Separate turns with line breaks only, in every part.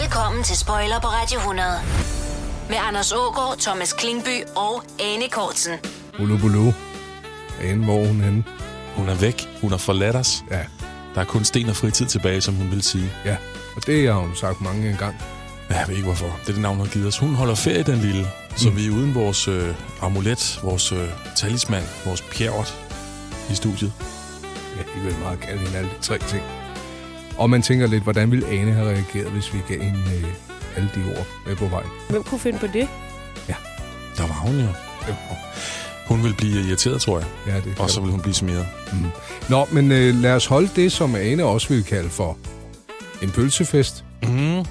Velkommen til Spoiler på Radio 100. Med Anders Ågaard, Thomas Klingby og Anne Kortsen.
Bulu bulu. Ane, hvor er hun henne?
Hun er væk. Hun har forladt os.
Ja,
Der er kun sten og fritid tilbage, som hun vil sige.
ja. Og det har hun sagt mange gange.
Ja, Jeg ved ikke hvorfor. Det er det navn, hun har givet os. Hun holder ferie, den lille.
Mm.
Så vi er uden vores øh, amulet, vores øh, talisman, vores pjerret i studiet.
Ja, de vil meget kalde hende alle de tre ting. Og man tænker lidt, hvordan ville Ane have reageret, hvis vi gav hende øh, alle de ord med på vejen?
Hvem kunne finde på det?
Der var hun jo. Hun vil blive irriteret, tror jeg.
Ja, det
Og så vil hun blive smidt.
Nå, men øh, lad os holde det, som Ane også ville kalde for en pølsefest.
Mm,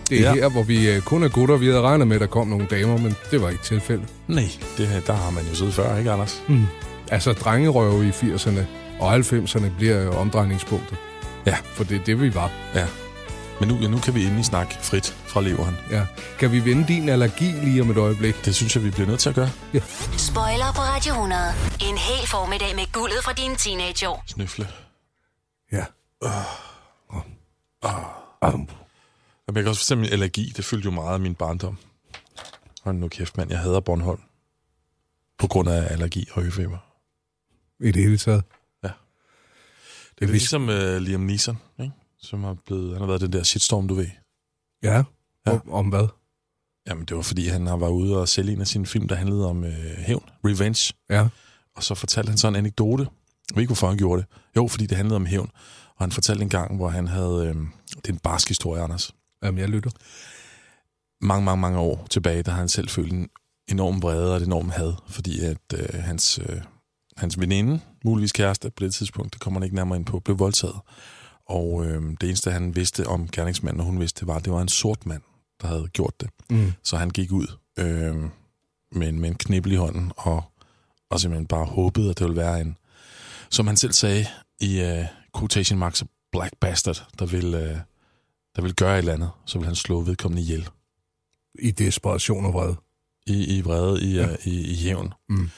Det er ja. her, hvor vi øh, kun er gutter. Vi havde regnet med, at der kom nogle damer, men det var ikke tilfældet.
Nej, det her, der har man jo siddet før, ikke Anders?
Altså, drengerøve i 80'erne og 90'erne bliver jo omdrejningspunktet.
Ja.
For det er det, vi var.
Ja. Men nu, ja, nu kan vi endelig snakke frit fra leveren.
Ja. Kan vi vende din allergi lige om et øjeblik?
Det synes jeg, vi bliver nødt til at gøre.
Spoiler på Radio 100. En hel formiddag med guldet fra dine teenageår.
Snøfle.
Ja.
Jamen, jeg kan også forstå min allergi. Det fyldte jo meget af min barndom. Hold nu kæft, mand. Jeg hader Bornholm. På grund af allergi og høfeber.
I det hele taget.
Det er
Vi-
ligesom uh, Liam Neeson, ikke? som har blevet, han har været den der shitstorm, du ved.
Ja.
Ja.
Om, om hvad?
Jamen, det var fordi, han har været ude og sælge en af sine film, der handlede om øh, hævn, revenge.
Ja.
Og så fortalte han så en anekdote. Jeg ved ikke, hvorfor han gjorde det. Jo, fordi det handlede om hævn. Og han fortalte en gang, hvor han havde... Øh, det er en barsk historie, Anders.
Jamen, jeg lytter.
mange, mange, mange år tilbage, der har han selv følt en enorm vrede og et enormt had, fordi at øh, hans, øh, hans veninde, muligvis kæreste på det tidspunkt, det kommer han ikke nærmere ind på, blev voldtaget. Og øh, det eneste, han vidste om gerningsmanden, og hun vidste, det var, at det var en sort mand, der havde gjort det.
Mm.
Så han gik ud øh, med, en, med en knibbel i hånden, og, og simpelthen bare håbede, at det ville være en, som han selv sagde i øh, quotation marks, black bastard, der ville, øh, der ville gøre et eller andet, så ville han slå vedkommende ihjel
I desperation og vrede.
i, i vrede, i, ja. i, i hævn.
Mm.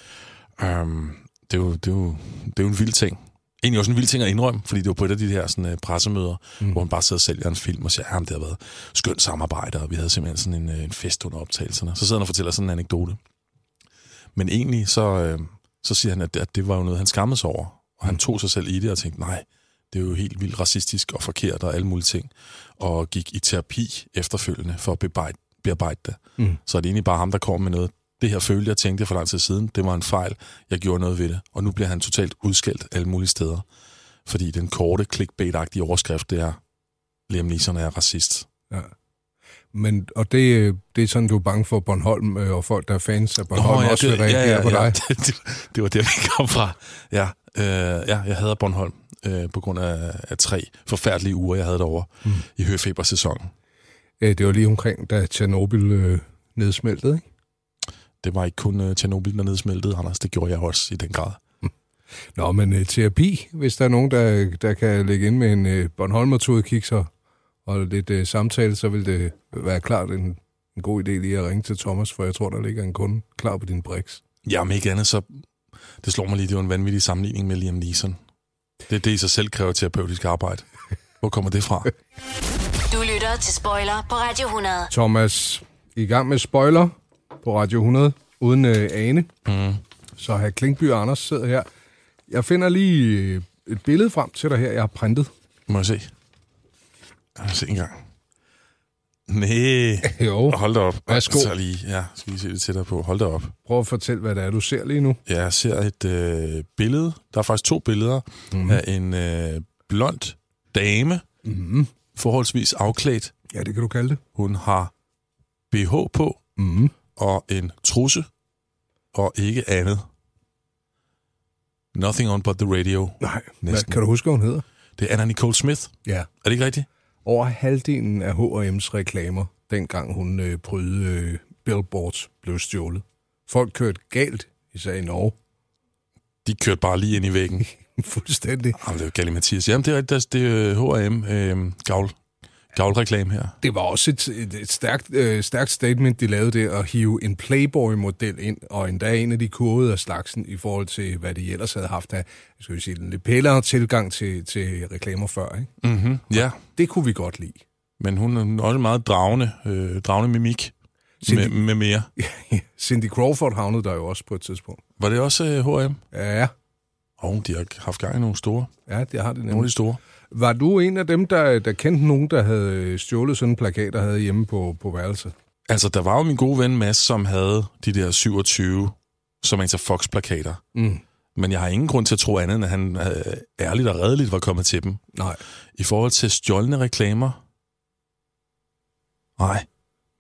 Um, det, er jo, det, er jo, det er jo en vild ting. Egentlig også en vild ting at indrømme, fordi det var på et af de her sådan, uh, pressemøder, mm. hvor man bare sidder og sælger en film og siger, at det har været skønt samarbejde, og vi havde simpelthen sådan en, øh, en fest under optagelserne. Så sidder han og fortæller sådan en anekdote. Men egentlig så, øh, så siger han, at det, at det var jo noget, han skammede sig over. Og han tog sig selv i det og tænkte, nej, det er jo helt vildt racistisk og forkert og alle mulige ting. Og gik i terapi efterfølgende for at bearbejde, bearbejde det.
Mm.
Så er det egentlig bare ham, der kommer med noget. Det her følte jeg tænkte for lang tid siden. Det var en fejl. Jeg gjorde noget ved det. Og nu bliver han totalt udskældt alle mulige steder. Fordi den korte, clickbait-agtige overskrift, det er, Liam Neeson er racist.
Ja. Men, og det, øh, det er sådan, du er bange for Bornholm øh, og folk, der er fans af Bornholm, Nå, ja, også vil reagere ja, ja, på dig.
Ja, det, det, det var der, vi kom fra. Ja, øh, ja jeg hader Bornholm øh, på grund af, af tre forfærdelige uger, jeg havde derovre mm. i høfebersæsonen.
Øh, det var lige omkring, da Tjernobyl øh, nedsmeltede, ikke?
Det var ikke kun øh, Tjernobyl, der nedsmeltede, Anders. Det gjorde jeg også i den grad.
Nå, men øh, terapi, hvis der er nogen, der, der kan lægge ind med en øh, Bornholmer kikser og lidt øh, samtale, så vil det være klart en, en god idé lige at ringe til Thomas, for jeg tror, der ligger en kunde klar på din briks.
Ja, om ikke andet, så... Det slår mig lige, det var en vanvittig sammenligning med Liam Neeson. Det er det, i sig selv kræver terapeutisk arbejde. Hvor kommer det fra?
Du lytter til Spoiler på Radio 100.
Thomas, i gang med spoiler på Radio 100, uden øh, Ane. Mm. Så har Klinkby og Anders sidder her. Jeg finder lige øh, et billede frem til dig her, jeg har printet.
Må jeg se? Må jeg se en gang? Næh.
Jo,
Hold da op.
Værsgo.
Så lige, ja, skal lige se det tættere på. Hold da op.
prøv at fortælle, hvad det er, du ser lige nu.
Jeg ser et øh, billede. Der er faktisk to billeder mm. af en øh, blond dame, mm.
Mm-hmm.
forholdsvis afklædt.
Ja, det kan du kalde det.
Hun har BH på
Mm.
og en trusse og ikke andet. Nothing on but the radio.
Nej, hvad,
Næsten.
kan du huske, hvad hun hedder?
Det er Anna Nicole Smith.
Ja.
Er det ikke rigtigt?
Over halvdelen af H&M's reklamer, dengang hun øh, prøvede øh, billboards, blev stjålet. Folk kørte galt, især i Norge.
De kørte bare lige ind i væggen.
Fuldstændig.
Jamen, det er jo Galle Mathias. Jamen, det er rigtigt. Det er øh, H&M øh, gavl, gavlreklame her.
Det var også et, et, et stærkt, øh, stærkt statement, de lavede det, at hive en Playboy-model ind, og endda en af de kurvede af slagsen i forhold til, hvad de ellers havde haft af, skal vi sige, en lidt pælere tilgang til, til reklamer før. Ikke?
Mm-hmm. Ja,
Det kunne vi godt lide.
Men hun hun er også en meget dragende, øh, dragende mimik med,
Cindy,
med mere.
Cindy Crawford havnede der jo også på et tidspunkt.
Var det også øh, H&M?
Ja,
Og oh, de har haft gang i nogle store.
ja, det har det
Nogle af
nemlig.
de store.
Var du en af dem, der, der kendte nogen, der havde øh, stjålet sådan en plakat, der havde hjemme på, på værelset?
Altså, der var jo min gode ven Mads, som havde de der 27 som en Fox-plakater.
Mm.
Men jeg har ingen grund til at tro andet, end at han øh, ærligt og redeligt var kommet til dem.
Nej.
I forhold til stjålne reklamer? Nej.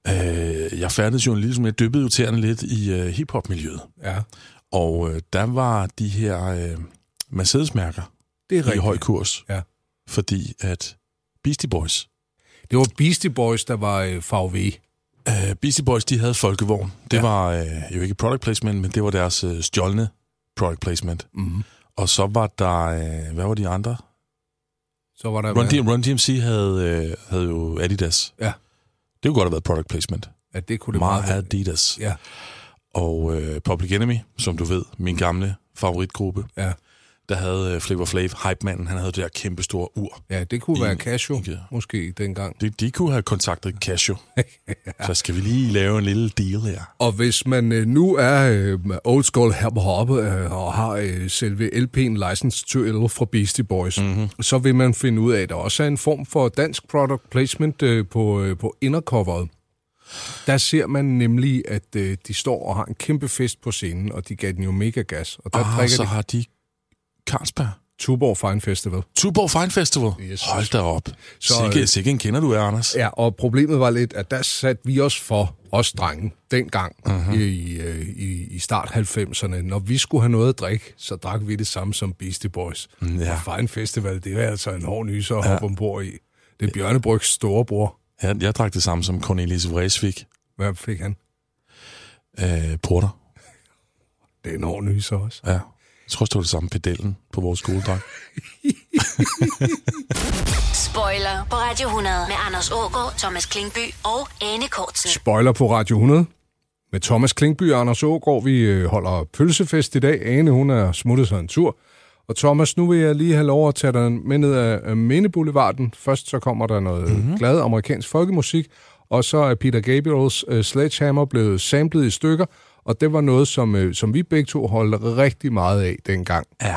Øh, jeg færdedes jo en lille smule, jeg dyppede jo tæerne lidt i øh, hiphop-miljøet.
Ja,
Og øh, der var de her øh, Mercedes-mærker
det er
i høj
rigtigt.
kurs.
Ja.
Fordi at Beastie Boys,
Det var Beastie Boys, der var øh, VV.
øh, Beastie Boys, de havde Folkevogn. Det
Ja.
ja. var øh, jo ikke product placement, men det var deres øh, stjålne product placement.
Mm.
Og så var der, øh, hvad var de andre?
Så var der...
Run, D- Run DMC havde, øh, havde jo Adidas.
Ja.
Det kunne godt have været product placement.
Ja, det kunne det
Meget
meget
Adidas.
Ja,
Og øh, Public Enemy, som du ved, min gamle favoritgruppe,
ja.
der havde øh, Flavor Flav, Hype-manden, han havde det der kæmpe store ur.
ja, det kunne
I-
være Casio,
ikke-
måske dengang.
De, de kunne have kontaktet Casio. Så skal vi lige lave en lille deal her.
Og hvis man øh, nu er øh, old school hip hop øh, og har øh, selve LP'en License to Ill fra Beastie Boys,
Mhm.
mm-hmm. så vil man finde ud af, at der også er en form for dansk product placement øh, på, øh, på indercoveret. Der ser man nemlig, at øh, de står og har en kæmpe fest på scenen, og de gav den jo mega gas. Og der ah,
Ah,
drikker
så
de
har de Carlsberg.
Tuborg Fine Festival.
Tuborg Fine Festival.
Yes.
Yes. Hold da op.
Så,
Så,
øh,
sikke, sikke en kender du er, Anders.
Ja, og problemet var lidt, at der satte vi os for, os drenge, dengang uh-huh. i, øh, i, i start 90'erne. Når vi skulle have noget at drikke, så drak vi det samme som Beastie Boys.
ja.
Og Fine Festival, det var altså en hård nyser at hoppe ja. ombord i. Det er Bjørne Brygs storebror.
Jeg, jeg drak det samme som Cornelis Vreeswijk.
Hvad fik han?
Øh, porter.
Det er en hård nyser også.
Ja. Jeg tror, det var det samme pedellen på vores skoledrag.
Spoiler på Radio 100 med Anders Ågaard, Thomas Klingby og Anne Kortsen.
Spoiler på Radio 100. Med Thomas Klinkby og Anders Ågaard, vi øh, holder pølsefest i dag. Ane, hun er smuttet sig en tur. Og Thomas, nu vil jeg lige have lov at tage dig med ned af af Mindeboulevarden. Først så kommer der noget mm-hmm. glad amerikansk folkemusik, og så er Peter Gabriels øh, Sledgehammer blevet samlet i stykker, og det var noget, som, øh, som vi begge to holdt rigtig meget af dengang.
Ja.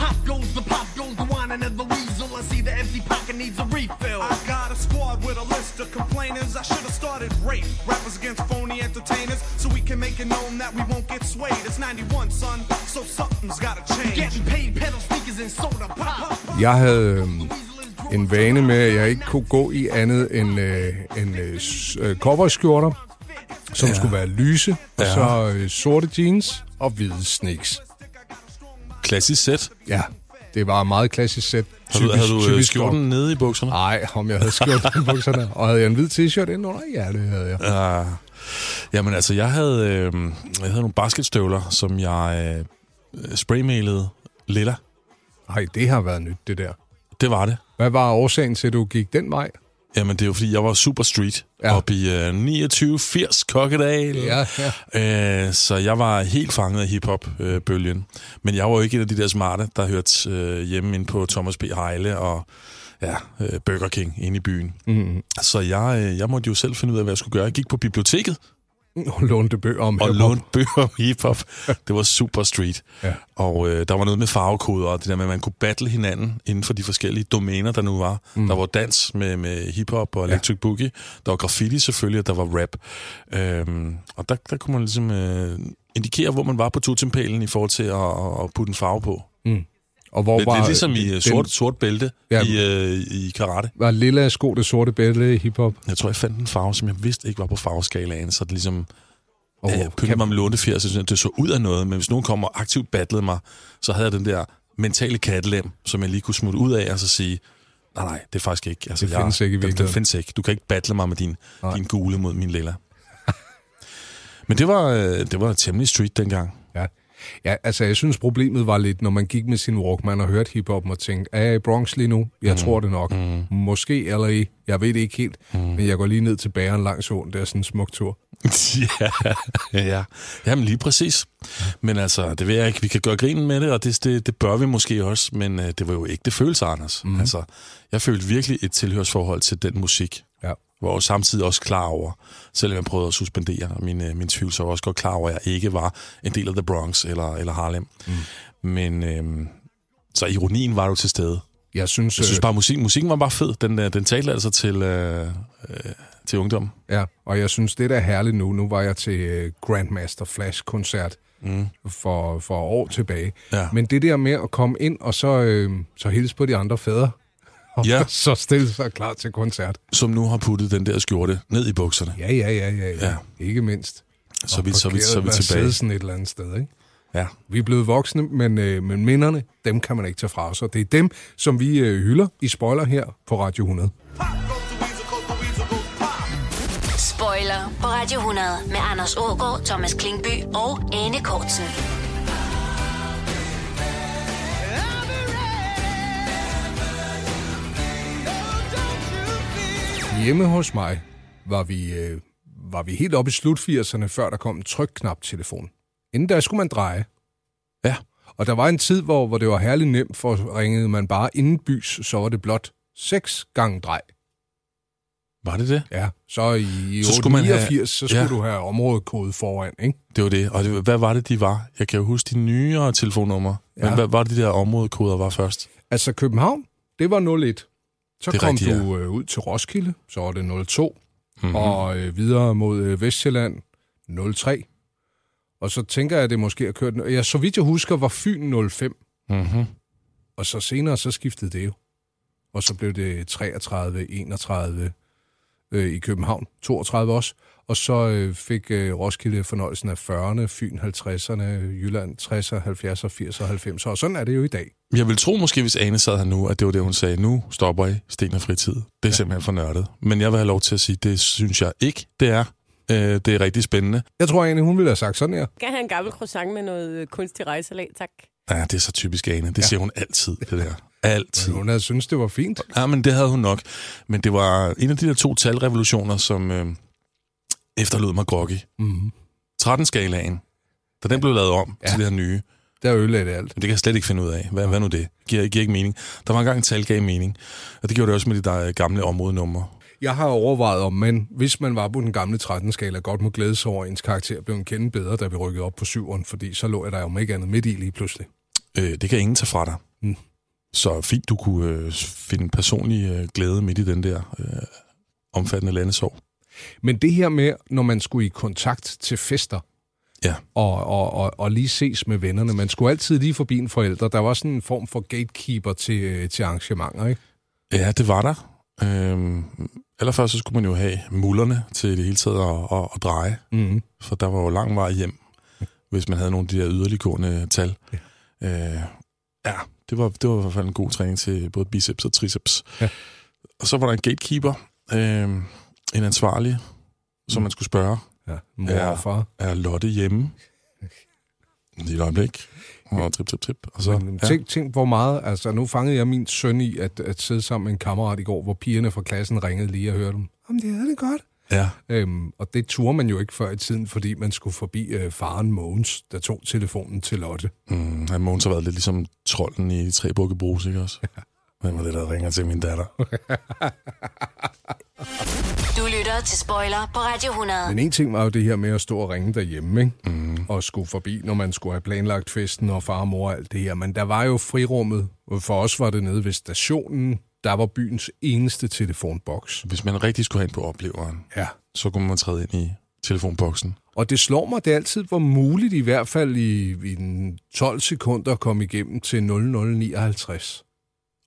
Pop goes the pop goes the wine, another weasel. I see the empty pocket needs a refill.
I got a squad with a list of complainers. I should have started rape. Rappers against phony entertainers, so we can make it known that we won't get swayed. It's 91, son, so something's gotta change.
Getting paid, pedal sneakers and soda pop.
Jeg havde øh, en vane med, at jeg ikke kunne gå i andet end, øh, end øh, s- øh, cowboyskjorter, som ja. skulle være lyse, og ja.
Ja.
så øh, sorte jeans og hvide sneaks.
Klassisk sæt.
Ja, det var et meget klassisk sæt.
Har du, havde du øh,
rock.
skjorten nede i bukserne?
Nej, om jeg havde skjorten i bukserne. Og havde jeg en hvid t-shirt indenunder? Ja, det havde jeg.
Ja. Jamen altså, jeg havde, øh, jeg havde nogle basketstøvler, som jeg øh, spraymalede lilla.
Nej, det har været nyt, det der.
Det var det.
Hvad var årsagen til, at du gik den vej?
Jamen, det er jo fordi, jeg var super street
Ja.
ja. op i øh, 29-80 Kokkedal.
Ja, ja.
Øh, så jeg var helt fanget af hiphop-bølgen. Men jeg var jo ikke en af de der smarte, der hørte øh, hjemme inde på Thomas B. Heile og ja, øh, Burger King inde i byen. Mm. Så jeg, øh, jeg måtte jo selv finde ud af, hvad jeg skulle gøre. Jeg gik på biblioteket
Og lånte bøger om
og
hiphop.
lånte bøger om hiphop. Det var super street.
Ja.
Og øh, der var noget med farvekoder, og det der med, at man kunne battle hinanden inden for de forskellige domæner, der nu var. Mm. Der var dans med, med hiphop og electric ja. boogie. Der var graffiti selvfølgelig, og der var rap. Øhm, og der, der kunne man ligesom øh, indikere, hvor man var på totempælen i forhold til at, at, at putte en farve på.
Og hvor
Det, det
var,
er ligesom i
den-
øh, sort, sort bælte
Ja.
ja. i, øh, i karate.
Var lilla sko det sorte bælte i hiphop?
Jeg tror, jeg fandt en farve, som jeg vidste ikke var på farveskalaen, så det ligesom...
Og
Ja, jeg pyntede mig med lånefjer, så synes jeg, det så ud af noget, men hvis nogen kom og aktivt battlede mig, så havde jeg den der mentale kattelem, som jeg lige kunne smutte ud af, og så sige, nej, nej, det er faktisk ikke. Altså,
Det
jeg,
findes ikke i
den, den
virkeligheden."
findes ikke. Du kan ikke battle mig med din, din gule mod min lilla. men det var, øh, det var temmelig street dengang.
Ja. Ja, altså jeg synes problemet var lidt, når man gik med sin Walkman og hørte hiphoppen og tænkte, er jeg i Bronx lige nu? Jeg mm. tror det nok. Mm. Måske eller i. Jeg ved det ikke helt, mm. men jeg går lige ned til bageren langs åen. Det er sådan en smuk tur.
ja, ja. Jamen lige præcis. Men altså, det ved jeg ikke. Vi kan gøre grinen med det, og det, det, det bør vi måske også, men øh, det var jo ikke det følelse, Anders.
Mhm.
Mm. Altså, jeg følte virkelig et tilhørsforhold til den musik.
Ja.
Var jo samtidig også klar over, selvom jeg prøvede at suspendere min, øh, min tvivl, så var jeg også godt klar over, at jeg ikke var en del af The Bronx eller, eller Harlem. Mm. Men øh, så ironien var jo til stede.
Jeg synes,
Jeg synes
øh,
bare, musik, musikken var bare fed. Den, øh, den talte altså til, øh, øh, til ungdommen.
Ja, og jeg synes, det der er herligt nu, nu var jeg til øh, Grandmaster Flash-koncert mm. for, for år tilbage.
Ja.
Men det der med at komme ind og så, øh, så hilse på de andre fædre, og
Ja.
så stille sig klar til koncert.
som nu har puttet den der skjorte ned i bukserne.
Ja, ja, ja, ja, ja.
Ja.
Ikke mindst.
Så vi, så vi, så
Parkeret
vi tilbage.
Mercedesen et eller andet sted, ikke?
Ja.
Vi er blevet voksne, men, øh, men minderne, dem kan man ikke tage fra os. Og det er dem, som vi øh, hylder i spoiler her på Radio 100.
Pop goes the weasel, goes the weasel, goes pop.
Spoiler på Radio 100 med Anders Ågaard, Thomas Klingby og Anne Kortsen.
Hjemme hos mig var vi, øh, var vi helt oppe i slut 80'erne, før der kom en trykknap-telefon. Inden der skulle man dreje.
Ja.
Og der var en tid, hvor, hvor det var herligt nemt, for ringede man bare indenbys, så var det blot seks gange drej.
Var det det?
Ja, så i
Så
så
skulle man have-
89, så skulle
ja.
du have områdekode foran, ikke?
Det var det. Og det, hvad var det, de var? Jeg kan jo huske de nyere telefonnumre. Ja. Men
Ja.
hvad var det, de der områdekoder var først?
Altså København, det var 01. Så
Det er
kom
rigtigt, Mhm.
du øh, ud til Roskilde, så var det 02. Mm-hmm. Og øh, videre mod øh, Vestjylland, 03. Og så tænker jeg, at det måske har kørt... Ja, så vidt jeg husker, var Fyn 05.
Mm-hmm.
Og så senere, så skiftede det jo. Og så blev det 33, 31 øh, i København, 32 også. Og så øh, fik øh, Roskilde fornøjelsen af 40'erne, Fyn 50'erne, Jylland 60'er, 70'er, 80'er, 90'er. Og sådan er det jo i dag.
Jeg vil tro måske, hvis Ane sad her nu, at det var det, hun sagde. Nu stopper I sten og fritid. Det er ja. simpelthen for nørdet. Men jeg vil have lov til at sige, det synes jeg ikke, det er. Øh, det er rigtig spændende.
Jeg tror egentlig, hun ville have sagt sådan her.
Skal jeg have en gammel croissant med noget øh, kunstig rejselag, tak.
Ja, det er så typisk Ane. Det ja. siger hun altid, det der. Altid.
Hun havde syntes, det var fint.
Ja, men det havde hun nok. Men det var en af de der to talrevolutioner, som øh, efterlod mig groggy. Mm-hmm. 13-skalaen, da den blev lavet om ja. til det her nye,
Der ødelagde det alt.
men det kan jeg slet ikke finde ud af. Hvad, hvad nu det? Giver, giver ikke mening. Der var engang en tal gav mening, og det gjorde det også med de der øh, gamle områdenumre.
Jeg har overvejet om, men hvis man var på den gamle 13-skala, godt må glæde sig over, at ens karakter blev en kende bedre, da vi rykkede op på 7'eren, fordi så lå jeg der jo om ikke andet midt i lige pludselig.
Øh, det kan ingen tage fra dig. Mm. Så fint, du kunne øh, finde personlig øh, glæde midt i den der øh, omfattende landesorg.
Men det her med, når man skulle i kontakt til fester,
Ja.
og, og, og, og lige ses med vennerne. Man skulle altid lige forbi en forælder. Der var sådan en form for gatekeeper til, øh, til arrangementer, ikke?
Ja, det var der. Øhm, allerførst så skulle man jo have mullerne til det hele taget og, og, og dreje,
Mm-hmm.
for der var jo lang vej hjem, hvis man havde nogle af de der yderliggående tal. Ja, øh, ja det, var, det var i hvert fald en god træning til både biceps og triceps.
Ja.
Og så var der en gatekeeper, øh, en ansvarlig, som man skulle spørge,
Ja, mor
Ja.
og far.
er Lotte hjemme? Lige et øjeblik. Og trip, trip, trip. Og så,
Men, ja. tænk, tænk, hvor meget... Altså, nu fangede jeg min søn i at, at sidde sammen med en kammerat i går, hvor pigerne fra klassen ringede lige og hørte dem. Jamen, det havde det godt.
ja, ja.
Øhm, og det turde man jo ikke før i tiden, fordi man skulle forbi øh, faren Mogens, der tog telefonen til Lotte.
Mm, han Måns har været lidt ligesom trolden i Tre Bukke Brugs, ikke også? Hvem er det, der ringer til min datter?
Du lytter til Spoiler på Radio 100.
Men en ting var jo det her med at stå og ringe derhjemme, ikke? Mm. og skulle forbi, når man skulle have planlagt festen og far og mor og alt det her. Men der var jo frirummet. For os var det nede ved stationen. Der var byens eneste telefonboks.
Hvis man rigtig skulle hen på opleveren,
Ja.
så kunne man træde ind i telefonboksen.
Og det slår mig, det altid var muligt i hvert fald i, i den 12 sekunder at komme igennem til 0059.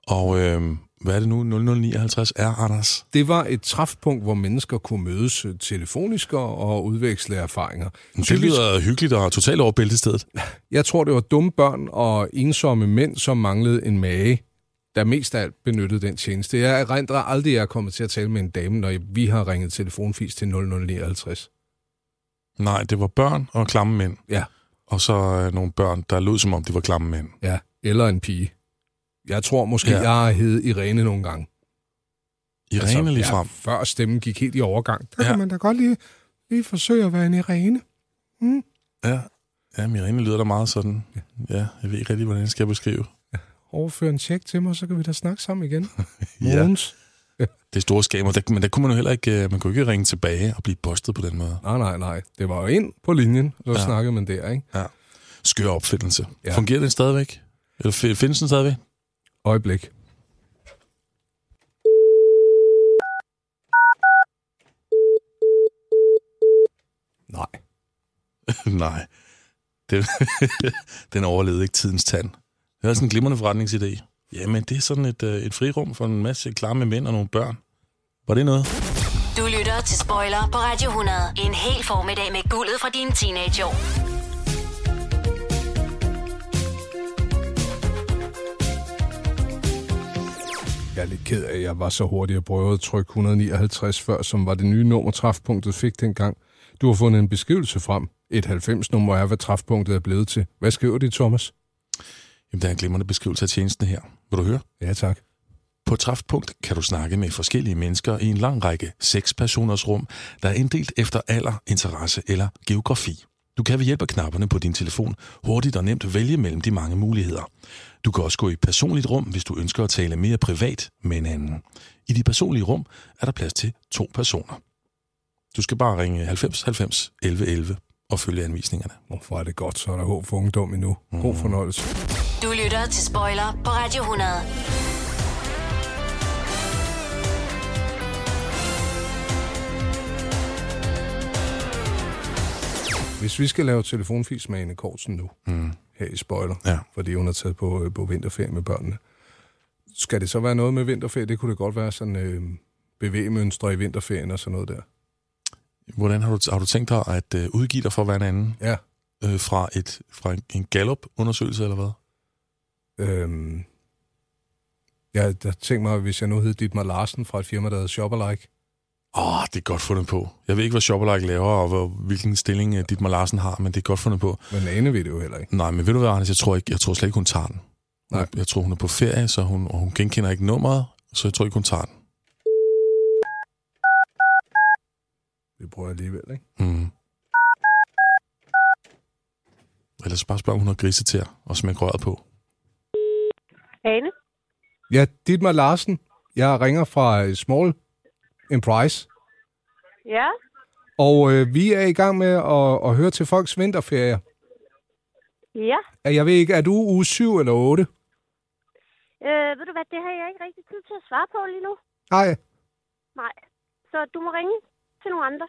Og øh, hvad er det nu, 0059 er, Anders?
Det var et træfpunkt, hvor mennesker kunne mødes øh, telefonisk og- og udveksle erfaringer.
Det lyder hyggeligt og totalt over bæltestedet.
Jeg tror, det var dumme børn og ensomme mænd, som manglede en mage, der mest af alt benyttede den tjeneste. Jeg erindrer aldrig, at jeg er kommet til at tale med en dame, når vi har ringet telefonfis til 0059.
Nej, det var børn og klamme mænd.
Ja.
og så øh, nogle børn, der lød som om, de var klamme mænd.
Ja, eller en pige. Jeg tror måske,
Ja.
ja. jeg har heddet Irene nogle gange.
Irene lige
Altså, ja,
frem.
før stemmen gik helt i overgang. Der
Ja.
ja. kan man da godt lige, lige forsøge at være en Irene.
Ja. Ja, men Irene lyder da meget sådan. Ja, jeg ved ikke rigtig, hvordan jeg skal beskrive.
Overfør en check til mig, så kan vi da snakke sammen igen.
Ja.
Mogens.
Det er store skamer, der, men der kunne man jo heller ikke, øh, man kunne ikke ringe tilbage og blive postet på den måde.
Nej, nej, nej. Det var jo ind på linjen, så
Ja.
ja. snakkede man der, ikke?
Skør opfindelse. Ja.
Ja.
Fungerer den stadigvæk? Eller fi- findes den stadigvæk?
Øjeblik. Nej.
Nej. Det, den overlevede ikke tidens tand. Det er sådan en glimrende forretningsidé. Jamen, det er sådan et, øh, et frirum for en masse klamme mænd og nogle børn. Var det noget?
Du lytter til Spoiler på Radio 100. En hel formiddag med guldet fra dine teenageår.
Jeg er lidt ked af, at jeg var så hurtig at prøve at trykke 159 før, som var det nye nummer, træfpunktet fik dengang. Du har fundet en beskrivelse frem. Et 90-nummer er, hvad træfpunktet er blevet til. Hvad skriver de, Thomas?
Jamen, der er en glimrende beskrivelse af tjenesten her. Vil du høre?
Ja, tak.
På Træfpunkt kan du snakke med forskellige mennesker i en lang række seks personers rum, der er inddelt efter alder, interesse eller geografi. Du kan ved hjælp af knapperne på din telefon hurtigt og nemt vælge mellem de mange muligheder. Du kan også gå i et personligt rum, hvis du ønsker at tale mere privat med en anden. I de personlige rum er der plads til to personer. Du skal bare ringe 90 90 11 11 og følge anvisningerne.
Hvorfor er det godt, så er der håb for ungdom endnu. God fornøjelse.
Du lytter til Spoiler på Radio 100.
Hvis vi skal lave telefonfis med Anne Kortsen nu, mm. her i Spoiler,
Ja.
fordi hun er taget på, øh, på vinterferie med børnene, skal det så være noget med vinterferie? Det kunne det godt være sådan øh, bevægemønstre i vinterferien og sådan noget der.
Hvordan har du, har du tænkt dig at øh, udgive dig for hver en anden
Ja.
øh, fra, et, fra en, en Gallup-undersøgelse eller hvad?
Øh, jeg jeg tænkte mig, hvis jeg nu hed Dietmar Larsen fra et firma, der hedder Shopperlike.
Åh, oh, det er godt fundet på. Jeg ved ikke, hvad Shopperlike laver, og hvor, hvilken stilling uh, Dietmar Larsen har, men det er godt fundet på.
Men Ane ved det jo heller ikke.
Nej, men ved du hvad, Anders? Jeg tror, ikke, jeg tror slet ikke, hun tager den.
Nej.
Jeg, jeg tror, hun er på ferie, så hun, og hun genkender ikke nummeret, så jeg tror ikke, hun tager den.
Vi prøver alligevel, ikke?
Mm. Ellers bare spørg, om hun har grise til og smæk røret på.
Ane?
Ja, Dietmar Larsen. Jeg ringer fra øh, Small Price.
Ja?
Og øh, vi er i gang med at, at høre til folks vinterferier.
Ja?
Ja, Jeg ved ikke, er du uge 7 eller 8?
Øh, ved du hvad, det har jeg ikke rigtig tid til at svare på lige nu.
Nej.
Nej. Så du må ringe til nogle andre.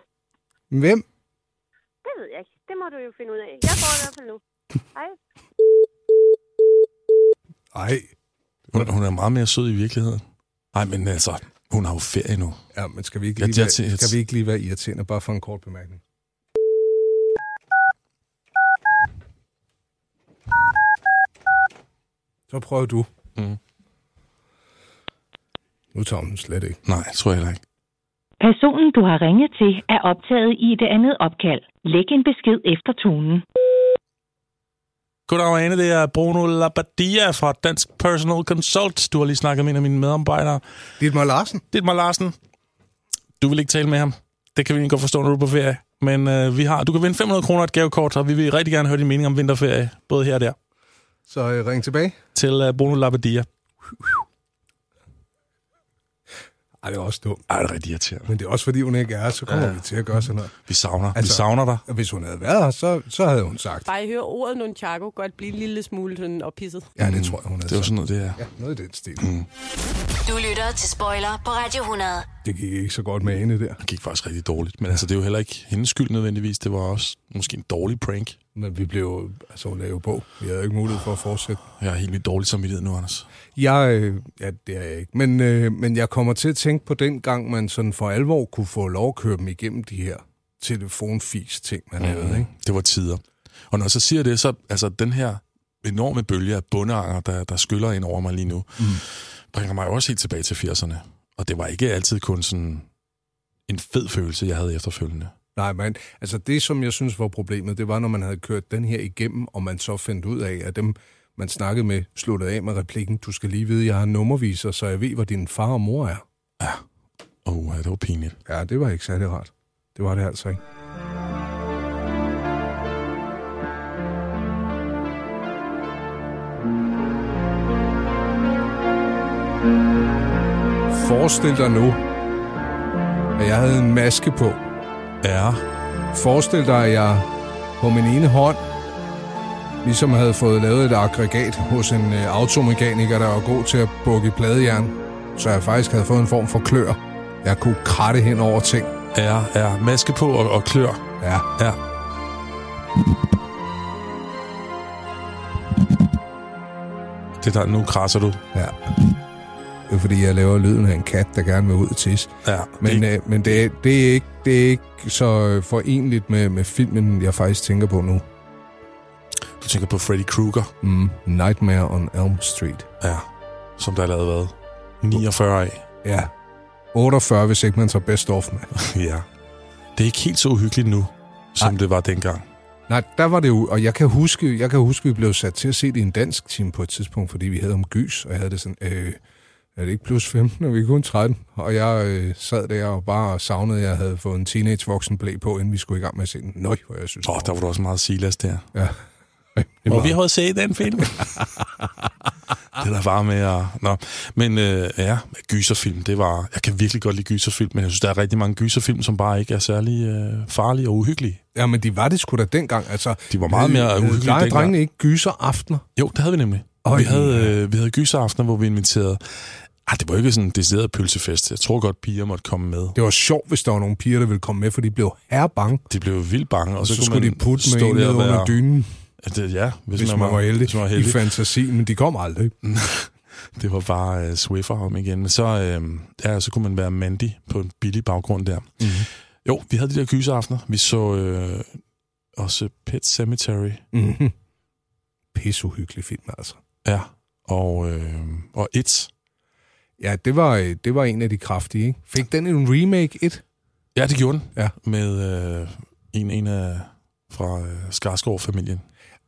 Hvem?
Det ved jeg ikke. Det må du jo finde ud af. Jeg går i hvert fald nu. Hej.
Nej.
Hun, hun er meget mere sød i virkeligheden. Nej, men altså, hun har jo ferie nu.
Ja, men skal vi, ikke
Jeg-
lige
jeg
være,
tæ-
skal vi ikke lige være irriterende, bare for en kort bemærkning? Så prøver du.
Mm.
Nu tager hun den slet ikke.
Nej, tror jeg heller ikke.
Personen, du har ringet til, er optaget i det andet opkald. Læg en besked efter tonen.
Goddag, Ane. Det er Bruno Labbadia fra Dansk Personal Consult. Du har lige snakket med en af mine medarbejdere.
Dietmar Larsen?
Dietmar Larsen, du vil ikke tale med ham. Det kan vi egentlig godt forstå, når du er på ferie. Men øh, vi har, du kan vinde 500 kroner og et gavekort, og vi vil rigtig gerne høre din mening om vinterferie, både her og der,
Så øh, ring tilbage.
til øh, Bruno Labbadia.
Ej, det er også dumt.
Ej, det er rigtig irriterende.
Men det er også, fordi hun ikke er her, så kommer ja. vi til at gøre sådan noget.
Vi savner, altså,
Altså-
vi savner dig.
Og hvis hun havde været her, så, så havde hun sagt.
Bare I hører ordet nunchaku, godt blive en lille smule sådan oppisset.
Ja, det tror jeg, hun havde
Det er jo
sagt.
sådan Mm. noget, det er.
Ja, noget i den stil.
Du lytter til Spoiler på Radio 100.
Det gik ikke så godt med Ane der.
Det gik faktisk rigtig dårligt, men altså, det er jo heller ikke hendes skyld nødvendigvis. Det var også måske en dårlig prank.
Men vi blev jo, altså hun lagde jo på. Vi havde jo ikke mulighed for at fortsætte.
Jeg har helt vildt dårlig samvittighed nu, Anders.
Jeg, øh, ja, det er jeg ikke. Men, øh, men jeg kommer til at tænke på den gang, man sådan for alvor kunne få lov at køre dem igennem de her telefonfis-ting, man lavede, ikke?
Det var tider. Og når jeg så siger det, så altså den her enorme bølge af bundeanger, der, der skyller ind over mig lige nu, mm. bringer mig også helt tilbage til 80'erne. Og det var ikke altid kun sådan en fed følelse, jeg havde efterfølgende.
Nej, men altså det, som jeg synes var problemet, det var, når man havde kørt den her igennem, og man så fandt ud af, at dem, man snakkede med, sluttede af med replikken, du skal lige vide, jeg har nummerviser, så jeg ved, hvor din far og mor er.
Åh, oh, det var pinligt.
Ja, det var ikke særlig rart. Det var det altså ikke. Forestil dig nu, at jeg havde en maske på.
Ja,
Forestil dig, at jeg på min ene hånd ligesom havde fået lavet et aggregat hos en øh, automekaniker, der var god til at bukke i pladejern, så jeg faktisk havde fået en form for klør. Jeg kunne kratte hen over ting.
ja, ja. Maske på og, og klør.
Ja,
Ja. Det der, nu krasser du.
ja. Det er fordi, jeg laver lyden af en kat, der gerne vil ud og tisse.
Ja,
Men,
det,
det... Øh, men det, er, det, er ikke, det er ikke så øh, forenligt med, med filmen, jeg faktisk tænker på nu.
du tænker på Freddy Krueger,
Mm, Nightmare on Elm Street.
ja, som der er lavet hvad? 49 af.
Ja. 48, hvis ikke man tager best off med.
ja. Det er ikke helt så uhyggeligt nu, som det var dengang.
Nej, der var det jo, og jeg kan huske, jeg kan huske, vi blev sat til at se det i en dansk time på et tidspunkt, fordi vi havde om gys, og jeg havde det sådan, øh, er det ikke plus 15, og vi er kun 13? Og jeg øh, sad der og bare savnede, at jeg havde fået en teenage voksen blæ på, inden vi skulle i gang med at se den. Nøj, hvor jeg synes.
Åh, oh, der var du også meget Silas der.
Ja. Det
Må
var,
vi have set den film? det er der bare med at... Nå. Men øh, ja, gyserfilm, det var... Jeg kan virkelig godt lide gyserfilm, men jeg synes, der er rigtig mange gyserfilm, som bare ikke er særlig øh, farlige og uhyggelige.
ja, men de var det sgu da dengang. Altså,
De var meget mere uhyggelige
dengang. Dig
dengang.
drengene ikke gyser aftener.
Jo, det havde vi nemlig.
Øj.
vi havde, øh, vi havde gyseraftener, hvor vi inviterede... Ah, det var ikke sådan en decideret pølsefest. Jeg tror godt, piger måtte komme med.
Det var sjovt, hvis der var nogle piger, der ville komme med, for de blev herrebange.
De blev jo vildt bange, og så,
Så, så
kunne
skulle de
man
putte med
stå
en
der
ned
og være-
under dynen,
Ja, det- Ja, hvis,
hvis man var heldig,
Hvis man var heldig.
i fantasien, men de kom aldrig.
Det var bare øh, Swiffer om igen. Men så, øh, ja, så kunne man være Mandy på en billig baggrund der. Mm-hmm. Jo, vi havde de der gyseraftener. Vi så øh, også Pet Cemetery. Mhm.
Mm-hmm. Pisseuhyggelig film, altså.
Ja. Og, øh, og It.
Ja, det var, øh, det var en af de kraftige, ikke? Fik den en remake 1?
Ja, det gjorde den.
Ja.
Med øh, en, en af fra øh, Skarsgård-familien,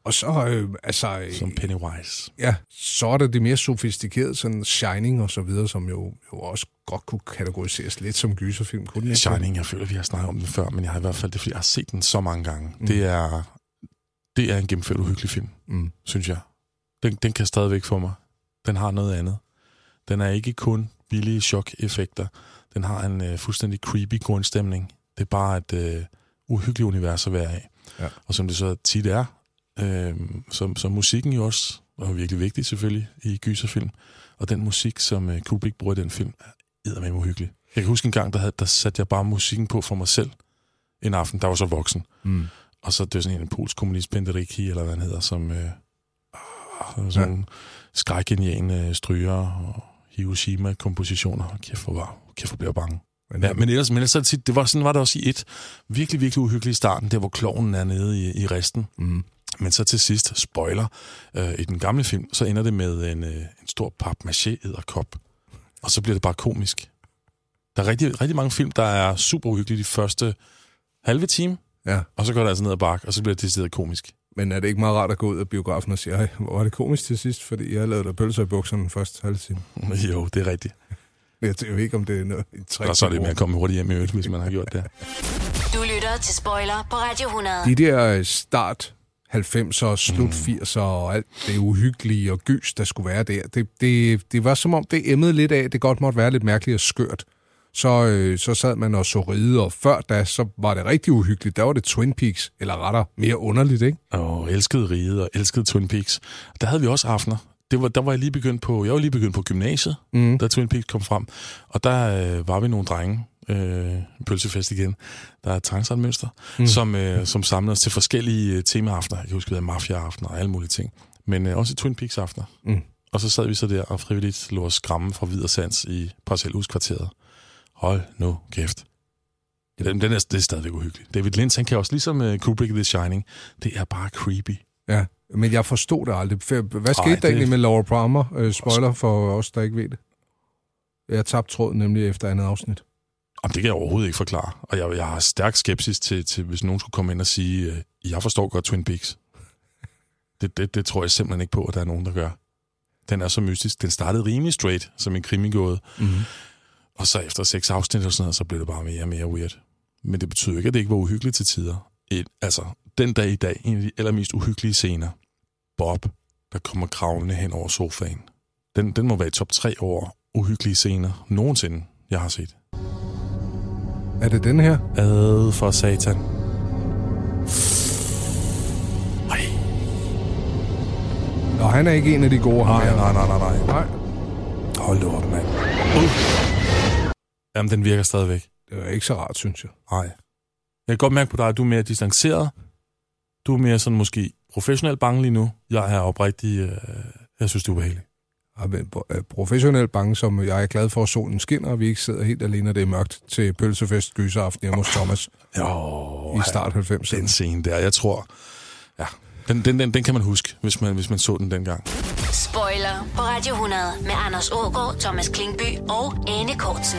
Og så, øh, altså, øh,
som Pennywise.
ja, så er der det mere sofistikerede, sådan Shining og så videre, som jo, jo også godt kunne kategoriseres lidt som gyserfilm, kunne den ikke?
Shining, jeg føler, vi har snakket om den før, men jeg har i hvert fald det, er, fordi jeg har set den så mange gange. Mm. Det, er, det er en gennemført uhyggelig film,
Mm.
synes jeg. Den, den kan stadigvæk for mig. Den har noget andet. Den er ikke kun billige chok-effekter. Den har en øh, fuldstændig creepy grundstemning. Det er bare et øh, uhyggeligt univers at være i.
Ja.
Og som det så tit er, øh, som, som musikken jo også var virkelig vigtig selvfølgelig i gyserfilm. Og den musik, som øh, Kubrick bruger i den film, er eddermame uhyggelig. Jeg kan huske en gang, der, havde, der satte jeg bare musikken på for mig selv en aften. Der var så voksen.
Mm.
Og så det var sådan en polsk kommunist, Pendericki, eller hvad han hedder, som øh, ah, sådan ja. skrækgeniale øh, stryger og Hiroshima-kompositioner. Hold Kæft, hvor var kæft, hvor blev jeg bange.
Men,
Ja, men ellers, men ellers er det tit, det var, sådan var det også i et. Virkelig, virkelig uhyggelig i starten, der hvor klovnen er nede i, i resten.
Mm.
Men så til sidst, spoiler, øh, i den gamle film, så ender det med en, øh, en stor pap maché edderkop Og så bliver det bare komisk. Der er rigtig, rigtig mange film, der er super uhyggelige de første halve time,
Ja,
og så går det altså ned ad bakke, og så bliver det decideret komisk.
men er det ikke meget rart at gå ud af biografen og sige, "Ej, hvor var det komisk til sidst, fordi jeg lavede der pølser i bukserne den første halve time.
jo, det er rigtigt.
Men Jeg ved ikke, om det er noget et trick.
Og så er det
de
med at komme hurtigt hjem i øvrigt, hvis man har gjort det.
Du lytter til Spoiler på Radio 100.
De der øh, start 90'er,
Mm.
slut 80'er og alt det uhyggelige og gys, der skulle være der, det, det, det var som om, det emmede lidt af, at det godt måtte være lidt mærkeligt og skørt. Så, øh, så sad man og så ride, og før da, så var det rigtig uhyggeligt. Der var det Twin Peaks, eller rettere, mere underligt, ikke?
Og elskede riget og elskede Twin Peaks. Der havde vi også aftener. Det var, der var jeg lige begyndt på, jeg var lige begyndt på gymnasiet,
Mhm.
mm. da Twin Peaks kom frem. Og der øh, var vi nogle drenge, øh, pølsefest igen, der er et tangsatmønster, mm. som, øh, som samlede os til forskellige øh, temaaftener. Jeg kan huske, vi havde mafia-aftener og alle mulige ting. Men øh, også Twin Peaks-aftener.
Mm.
Og så sad vi så der og frivilligt lå os skræmme fra videre sands i parcelhuskvarteret. Hold nu kæft. Den, den er, det er stadigvæk uhyggeligt. David Lynch, han kan også ligesom øh, Kubrick i The Shining, det er bare creepy.
Ja, men jeg forstod det aldrig. For- Hvad skete
Ej,
Ej,
det-
der egentlig med Laura Palmer? Øh, spoiler for os, der ikke ved det. Jeg tabte tråden nemlig efter andet afsnit.
Jamen, det kan jeg overhovedet ikke forklare. Og jeg, jeg har stærk skepsis til, til, hvis nogen skulle komme ind og sige, øh, jeg forstår godt Twin Peaks. Det, det, det tror jeg simpelthen ikke på, at der er nogen, der gør. Den er så mystisk. Den startede rimelig straight, som en krimigåde.
Mm-hmm.
Og så efter seks afsnit og sådan noget, så blev det bare mere og mere weird. Men det betyder jo ikke, at det ikke var uhyggeligt til tider. Et, altså, den dag i dag, en af de allermest uhyggelige scener. Bob, der kommer kravlende hen over sofaen. Den, den må være i top 3 over uhyggelige scener nogensinde, jeg har set.
Er det den her?
Ad for satan. Ej,
Nå, han er ikke en af de gode. ham
nej,
her.
nej, nej, nej, nej.
nej.
Hold da op, mand. Uh. Jamen, den virker stadigvæk.
Det er ikke så rart, synes jeg.
Nej. Jeg kan godt mærke på dig, at du er mere distanceret. Du er mere sådan måske professionelt bange lige nu. Jeg er oprigtig... Øh, jeg synes, det er ubehageligt.
Jeg er professionelt bange, som jeg er glad for, at solen skinner, og vi ikke sidder helt alene, og det er mørkt til pølsefest gyseraften hjemme hos Thomas i
Jo,
start 90'erne.
den scene der, jeg tror... Ja, den, den, den, den kan man huske, hvis man, hvis man så den dengang.
Spoiler på Radio 100 med Anders Ågaard, Thomas Klingby og Anne Kortsen.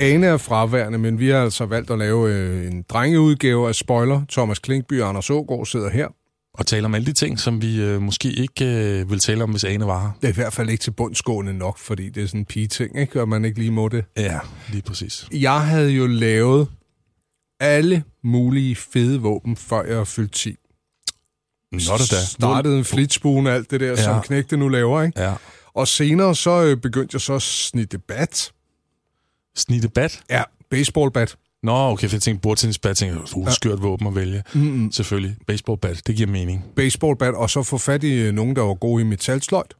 Ane er fraværende, men vi har altså valgt at lave øh, en drengeudgave af spoiler. Thomas Klinkby og Anders Ågaard sidder her.
Og tale om alle de ting, som vi øh, måske ikke øh, ville tale om, hvis Ane var her.
Det er i hvert fald ikke til bundsgående nok, fordi det er sådan en pige-ting, ikke? og man ikke lige må det.
Ja, lige præcis.
Jeg havde jo lavet alle mulige fede våben, før jeg fyldte 10.
Nå da da.
Startede en flitsbuen og alt det der, ja. som knægte nu laver. Ikke?
Ja.
Og senere så øh, begyndte jeg så at snitte bat.
Snitte bat?
Ja, baseballbat.
Nå, okay, for jeg tænkte bordtennisbat, tænkte jeg, uh, skørt våben at vælge. Mm-hmm. Selvfølgelig. Baseballbat, det giver mening.
Baseballbat, og så få fat i øh, nogen, der var gode i metalsløjt.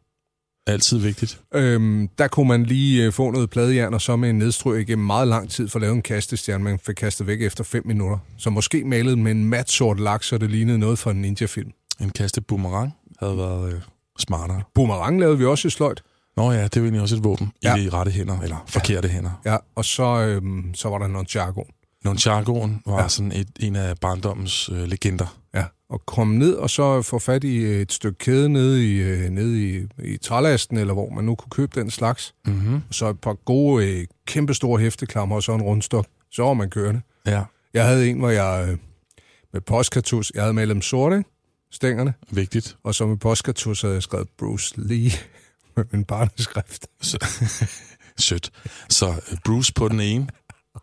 Altid vigtigt.
Øhm, der kunne man lige øh, få noget pladejern, og så med en nedstryg igennem meget lang tid for at lave en kastestjerne, man fik kastet væk efter 5 minutter. Så måske malet med en mat sort lak, så det lignede noget fra en ninja-film.
En kaste boomerang havde været øh, smartere.
Boomerang lavede vi også i sløjt.
Nå ja, det er jo egentlig også et våben.
Ja.
Ja. I rette hænder, eller forkerte ja. hænder.
Ja, og så, øhm, så var der Nonchago.
Nonchagoen var
Ja.
ja. sådan et, en af barndommens øh, legender.
Ja, og komme ned og så få fat i øh, et stykke kæde nede i, øh, nede i, i trælasten, eller hvor man nu kunne købe den slags.
Mm-hmm.
Og så et par gode, øh, kæmpestore hæfteklammer og så en rundstok. Så var man kørende.
Ja,
Jeg havde en, hvor jeg øh, med postkartus, jeg havde malet dem sorte, ikke? stængerne,
vigtigt.
og så med postkartus havde jeg skrevet Bruce Lee med min barneskrift.
Så, sødt. Så øh, Bruce på den ene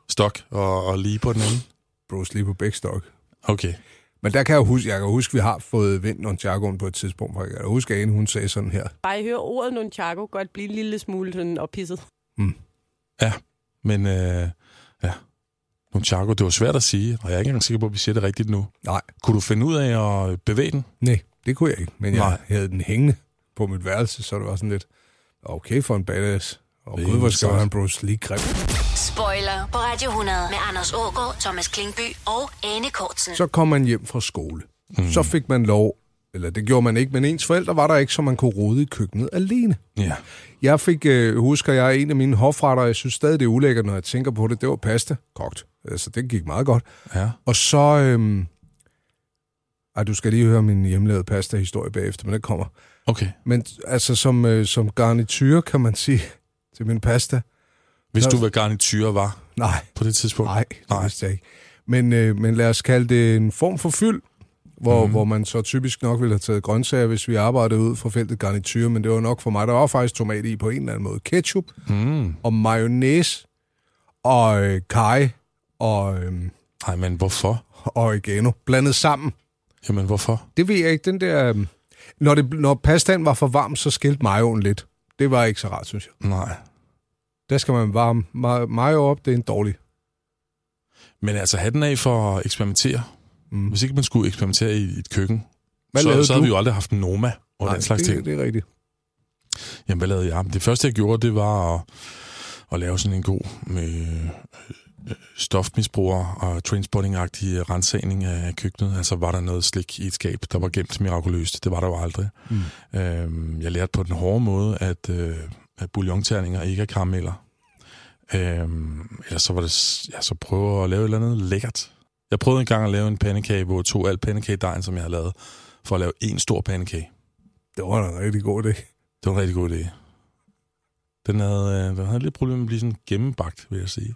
stok, og, og lige på den anden.
Bruce Lee på begge stok.
Okay.
Men der kan jeg huske, jeg kan huske, vi har fået vendt nogle jargon på et tidspunkt, for jeg kan huske, at Ane, hun sagde sådan her.
Bare jeg hører ordet nunchaku godt blive en lille smule sådan oppisset.
Ja, men øh, ja. Nonchago, det var svært at sige, og jeg er ikke engang sikker på, at vi siger det rigtigt nu.
Nej,
Kunne du finde ud af at bevæge den?
nej, det kunne jeg ikke, men jeg
Nej.
havde den hængende på mit værelse, så det var sådan lidt, okay for en badass. Og
Det er
gud, hvor skal
sejt.
han Bruce Lee grim.
Spoiler på Radio 100 med Anders Ågaard, Thomas Klingby og Anne Kortsen.
Så kom man hjem fra skole. Mm. Så fik man lov, eller det gjorde man ikke, men ens forældre var der ikke, så man kunne rode i køkkenet alene.
Ja.
Jeg fik, øh, husker jeg, en af mine hofretter, og jeg synes stadig, det er ulækkert, når jeg tænker på det, det var pasta, kogt. Altså, det gik meget godt.
Ja.
Og så, øhm, ej, du skal lige høre min hjemmelavede pasta-historie bagefter, men det kommer.
Okay.
Men altså, som, øh, som garnityr, kan man sige, til min pasta,
Hvis
Nå.
du, hvad garnityr var
nej,
på det tidspunkt?
nej, det vidste jeg ikke. Men, øh, men lad os kalde det en form for fyld, hvor,
Mhm.
mm. hvor man så typisk nok ville have taget grøntsager, hvis vi arbejdede ud fra feltet garnityr, men det var nok for mig. Der var faktisk tomat i på en eller anden måde. Ketchup,
Mm.
og mayonnaise og øh, kaj og øh,
Ej, men hvorfor?
oregano blandet sammen.
Jamen, hvorfor?
Det ved jeg ikke, den der... Øh, når, det, når pastaen var for varm, så skilte majoen lidt. Det var ikke så rart, synes jeg.
Nej.
Der skal man varme ma- mayo op, det er en dårlig.
Men altså, hatten af for at eksperimentere.
Mm.
Mm. Hvis ikke man skulle eksperimentere i i et køkken,
Hvad
så,
lavede du?
så havde vi jo aldrig haft Noma og
Nej,
den slags
det,
ting.
det er rigtigt.
Jamen, hvad lavede jeg? Det første, jeg gjorde, det var at, at lave sådan en god øh, øh, stofmisbruger og trainspotting-agtig rensagning af køkkenet. Altså, var der noget slik i et skab, der var gemt mirakuløst? Det var der jo aldrig. Mm. Øhm, jeg lærte på den hårde måde, at, øh, at bouillonterninger ikke er karameller. Øhm, ellers så var det, s- ja, så prøve at lave et eller andet lækkert. Jeg prøvede engang at lave en pandekage, hvor jeg tog al pandekagedejen, som jeg havde lavet, for at lave en stor pandekage.
Det var da en rigtig god idé.
Det var en rigtig god idé. Den havde, øh, den havde lidt problem med at blive sådan gennembagt, vil jeg sige.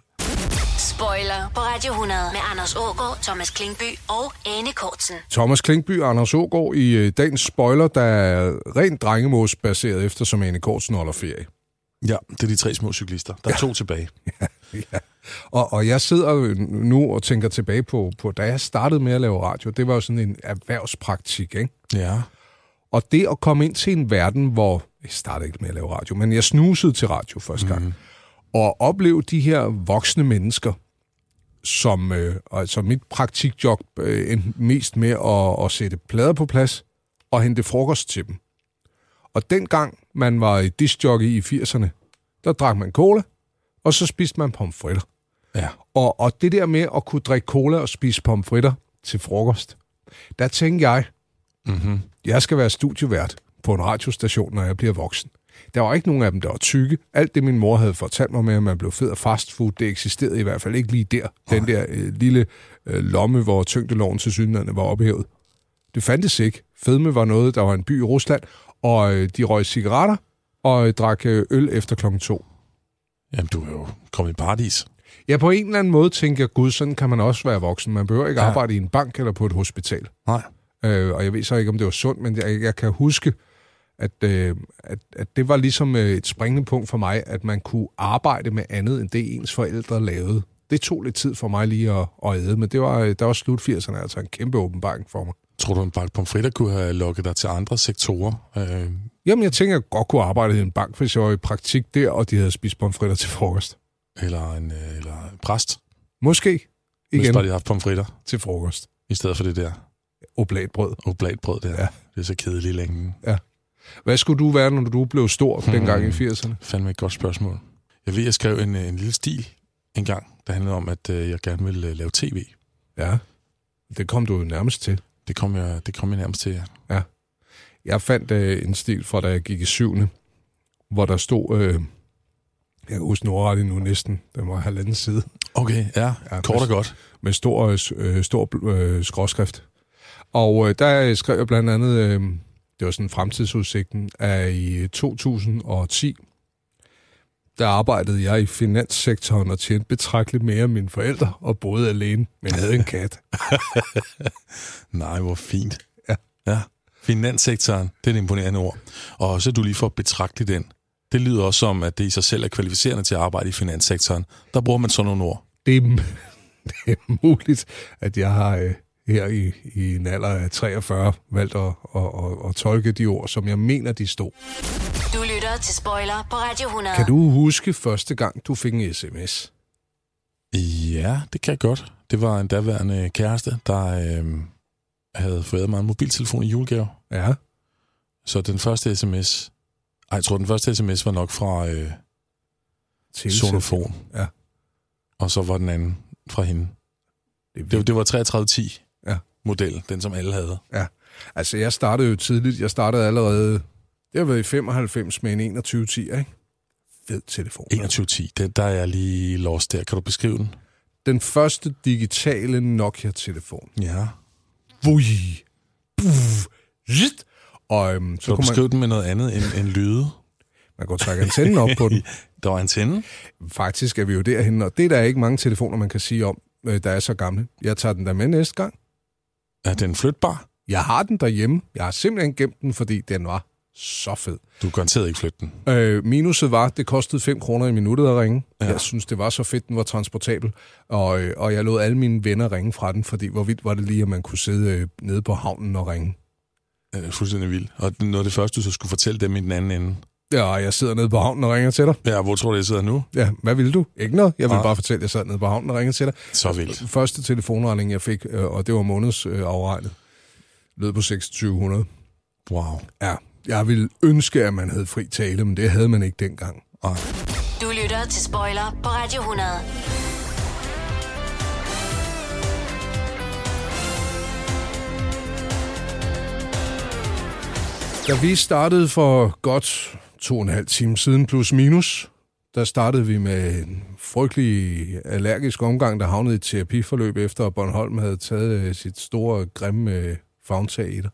Spoiler på Radio 100 med Anders Ågaard, Thomas Klingby og Anne Kortsen.
Thomas Klinkby og Anders Ågaard i øh, dagens spoiler, der er rent drengemås baseret efter, som Anne Kortsen holder ferie.
Ja, det er de tre små cyklister. Der er ja. to tilbage.
Og, og jeg sidder nu og tænker tilbage på, på, da jeg startede med at lave radio, det var jo sådan en erhvervspraktik, ikke?
Ja.
Og det at komme ind til en verden, hvor... Jeg startede ikke med at lave radio, men jeg snusede til radio første gang. Mm. Og opleve de her voksne mennesker, som... Øh, altså mit praktikjob øh, endte mest med at, at sætte plader på plads og hente frokost til dem. Og dengang man var i discjockey i 80'erne, der drak man cola, og så spiste man pomfritter.
Ja.
Og, og det der med at kunne drikke cola og spise pomfritter til frokost, der tænkte jeg,
Mm-hmm.
jeg skal være studievært på en radiostation, når jeg bliver voksen. Der var ikke nogen af dem, der var tykke. Alt det, min mor havde fortalt mig med, at man blev fed af fast food, det eksisterede i hvert fald ikke lige der. Den der øh, lille øh, lomme, hvor tyngdeloven til synligheden var ophævet. Det fandtes ikke. Fedme var noget, der var en by i Rusland, og øh, de røg cigaretter og øh, drak øh, øl efter klokken to.
Jamen, du er jo kommet i paradis.
Ja, på en eller anden måde tænker jeg, gud, sådan kan man også være voksen. Man behøver ikke
Ja.
arbejde i en bank eller på et hospital.
Nej.
Øh, og jeg ved så ikke, om det var sundt, men jeg, jeg kan huske, at, øh, at, at det var ligesom øh, et springende punkt for mig, at man kunne arbejde med andet, end det ens forældre lavede. Det tog lidt tid for mig lige at, at æde, men det var, øh, der var slut 80'erne, altså en kæmpe åbenbaring for mig.
Tror du, en bakke pomfritter kunne have lukket dig til andre sektorer? Øh,
Jamen, jeg tænker, jeg godt kunne arbejde i en bank, hvis jeg var i praktik der, og de havde spist pomfritter til frokost.
eller en øh, eller en præst?
Måske
Hvis
igen
bare de havde haft pomfritter,
til frokost.
i stedet for det der
Oblatbrød.
oblatbrød der.
Ja.
Ja. Det er så kedeligt længe.
Hvad skulle du være, når du blev stor hmm. dengang i 80'erne?
Fandme et godt spørgsmål. Jeg ved, jeg skrev en, øh, en lille stil en gang, der handlede om, at øh, jeg gerne ville øh, lave tv.
Ja, det kom du jo nærmest til.
Det kom jeg, det kom jeg nærmest til. ja.
Jeg fandt øh, en stil fra, da jeg gik i syvende, hvor der stod, øh, jeg kan huske den ordret nu næsten, den var halvanden side,
Okay, ja.
Ja,
ja kort og godt.
med stor, øh, s- øh, stor bl- øh, skråskrift. Og øh, der skrev jeg blandt andet, øh, det var sådan fremtidsudsigten, at i 2010, der arbejdede jeg i finanssektoren og tjente betragteligt mere end mine forældre, og boede alene, men havde en kat.
Nej, hvor fint.
Ja.
ja. Finanssektoren, det er et imponerende ord. Og også, at du lige får betragtet den. Det lyder også som, at det i sig selv er kvalificerende til at arbejde i finanssektoren. Der bruger man sådan nogle ord.
det er, det er muligt, at jeg har øh, her i, i en alder af 43 valgt at, at, at, at tolke de ord, som jeg mener, de stod.
Du lytter til Spoiler på Radio 100.
Kan du huske første gang, du fik en sms?
Ja, det kan jeg godt. Det var en daværende kæreste, der øh, havde fået mig en mobiltelefon i julegave.
Ja.
Så den første sms... Ej, jeg tror, den første sms var nok fra øh, Sonofon.
Ja.
Og så var den anden fra hende.
Det,
Det,
det,
det var 3310
Ja.
model, den som alle havde.
ja. Altså, jeg startede jo tidligt. Jeg startede allerede, det har været i 95 med en 2110, ikke? Fed telefon.
2110, den, der er jeg lige lost der. Kan du beskrive den?
Den første digitale Nokia-telefon.
Ja.
Vui! Puff! Zzt! Og øhm, så
Så du
kunne man,
beskrive den med noget andet end, end lyde?
man kunne trække antennen op på den.
Der var antenne.
Faktisk er vi jo derhen, og det er der ikke mange telefoner, man kan sige om, øh, der er så gamle. Jeg tager den der med næste gang.
Er den flytbar?
Jeg har den derhjemme. Jeg har simpelthen gemt den, fordi den var så fed.
Du kan garanteret ikke flytte den.
Øh, minuset var, det kostede 5 kroner i minuttet at ringe. Ja.
Ja.
Jeg synes, det var så fedt, den var transportabel. Og, øh, og jeg lod alle mine venner ringe fra den, fordi hvor vildt var det lige, at man kunne sidde øh, nede på havnen og ringe.
Den er Øh, fuldstændig vild. Og det er noget af det første, du så skulle fortælle dem i den anden ende.
Ja, og jeg sidder nede på havnen og ringer til dig.
Ja, hvor tror du, jeg sidder nu?
Ja, hvad vil du? Ikke noget. Jeg vil
Nej.
bare fortælle, at jeg sad nede på havnen og ringede til dig.
Så vildt.
Første telefonregning, jeg fik, øh, og det var månedsafregnet, øh, lød på 2600.
Wow.
Ja, jeg ville ønske, at man havde fri tale, men det havde man ikke dengang.
Du lytter til Spoiler på Radio 100.
Da vi startede for godt to og en halv time siden, plus minus, der startede vi med en frygtelig allergisk omgang, der havnede i et terapiforløb efter, at Bornholm havde taget øh, sit store, grimme øh, fagtag i dig.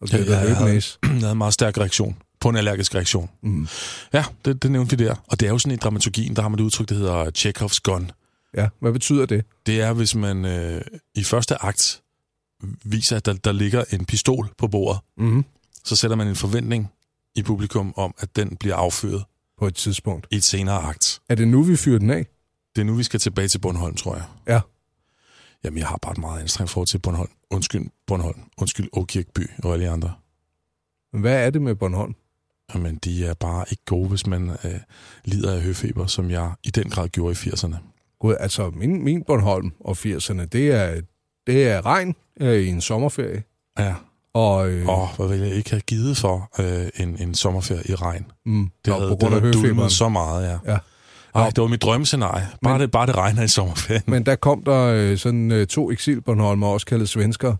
og
Ja,
blev der
jeg
løbnæs.
jeg havde en meget stærk reaktion på en allergisk reaktion.
Mm.
Ja, det, det nævnte vi der. Og det er jo sådan i dramaturgien, der har man det udtryk, der hedder Chekhovs gun.
Ja, hvad betyder det?
Det er, hvis man øh, i første akt viser, at der, der ligger en pistol på bordet,
Mm.
så sætter man en forventning i publikum om, at den bliver affyret
På et tidspunkt.
i et senere akt.
Er det nu, vi fyrer den af?
Det er nu, vi skal tilbage til Bornholm, tror jeg.
Ja.
Jamen, jeg har bare et meget anstrengt forhold til Bornholm. Undskyld, Bornholm. Undskyld, Åkirkby og alle de andre.
Men hvad er det med Bornholm?
Jamen, de er bare ikke gode, hvis man øh, lider af høfeber, som jeg i den grad gjorde i 80'erne.
Gud, altså min, min Bornholm og 80'erne, det er, det er regn øh, i en sommerferie.
Ja.
Og, øh,
Åh, oh, hvad ville jeg ikke have givet for øh, en, en sommerferie i regn?
mm,
Det
nå,
havde,
på grund af
det havde
høfeberen.
dulmet så meget, ja.
Ja.
Ej, det var mit drømmescenarie. Bare,
Men-
det, bare det regner i sommerferien.
Men der kom der øh, sådan øh, to eksilbornholmer, også kaldet svensker,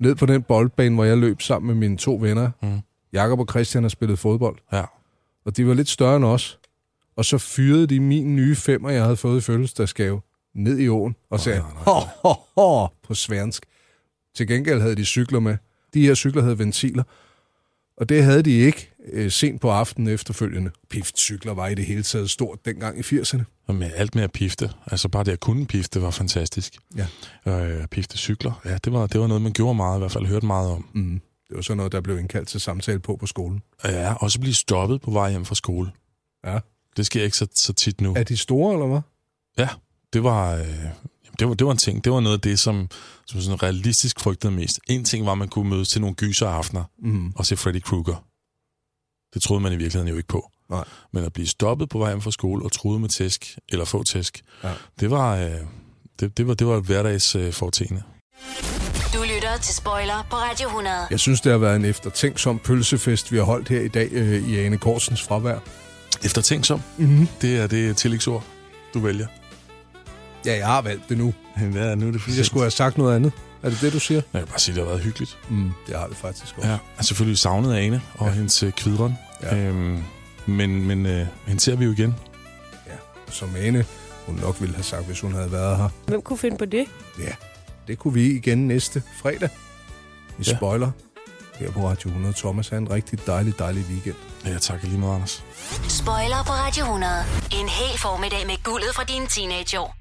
ned på den boldbane, hvor jeg løb sammen med mine to venner.
Mm.
Mm. Jakob og Christian har spillet fodbold,
Ja.
og de var lidt større end os. Og så fyrede de min nye femmer, jeg havde fået i fødselsdagsgave, ned i åen og sagde,
nej, nej,
ho, ho, ho, på svensk. Til gengæld havde de cykler med. De her cykler havde ventiler, og det havde de ikke øh, sent på aftenen efterfølgende. Piftcykler var i det hele taget stort dengang i 80'erne.
Og med alt med at pifte. Altså bare det at kunne pifte var fantastisk.
Ja.
Øh, pifte cykler. Ja, det var, det var noget, man gjorde meget, i hvert fald hørte meget om.
Mm. Det var sådan noget, der blev indkaldt til samtale på på skolen.
Ja, og så blive stoppet på vej hjem fra skole.
Ja.
Det sker ikke så, så tit nu.
Er de store, eller hvad?
Ja, det var, øh, jamen, det, var, det var en ting. Det var noget af det, som, som sådan realistisk frygtede mest. En ting var, at man kunne mødes til nogle gyseraftener
Mm.
og se Freddy Krueger. Det troede man i virkeligheden jo ikke på.
Nej.
Men at blive stoppet på vej hjem fra skole og truet med tæsk, eller få tæsk,
Ja.
det var... Øh, det, det, var, det var et hverdags øh, fortægende.
Du lytter til Spoiler på Radio 100.
Jeg synes, det har været en eftertænksom pølsefest, vi har holdt her i dag øh, i Ane Korsens fravær.
Eftertænksom,
Mm.
det er det tillægsord, du vælger.
Ja, jeg har valgt det nu.
Ja, nu er det for
Jeg skulle have sagt noget andet. Er det det, du siger?
Jeg kan bare sige, at det har været hyggeligt.
Mm. Det har det faktisk også.
Ja, jeg er selvfølgelig savnet af Ane og ja.
Ja.
hendes øh, kvidren. Ja.
Ja.
Øhm, men men øh, hende ser vi jo igen.
Som Ane, hun nok ville have sagt, hvis hun havde været her.
Hvem kunne finde på det?
Ja, det kunne vi igen næste fredag. Vi
Ja.
spoiler her på Radio 100. Thomas, have en rigtig dejlig, dejlig weekend.
Ja, jeg takker lige meget, Anders.
Spoiler på Radio 100. En hel formiddag med guldet fra dine teenageår.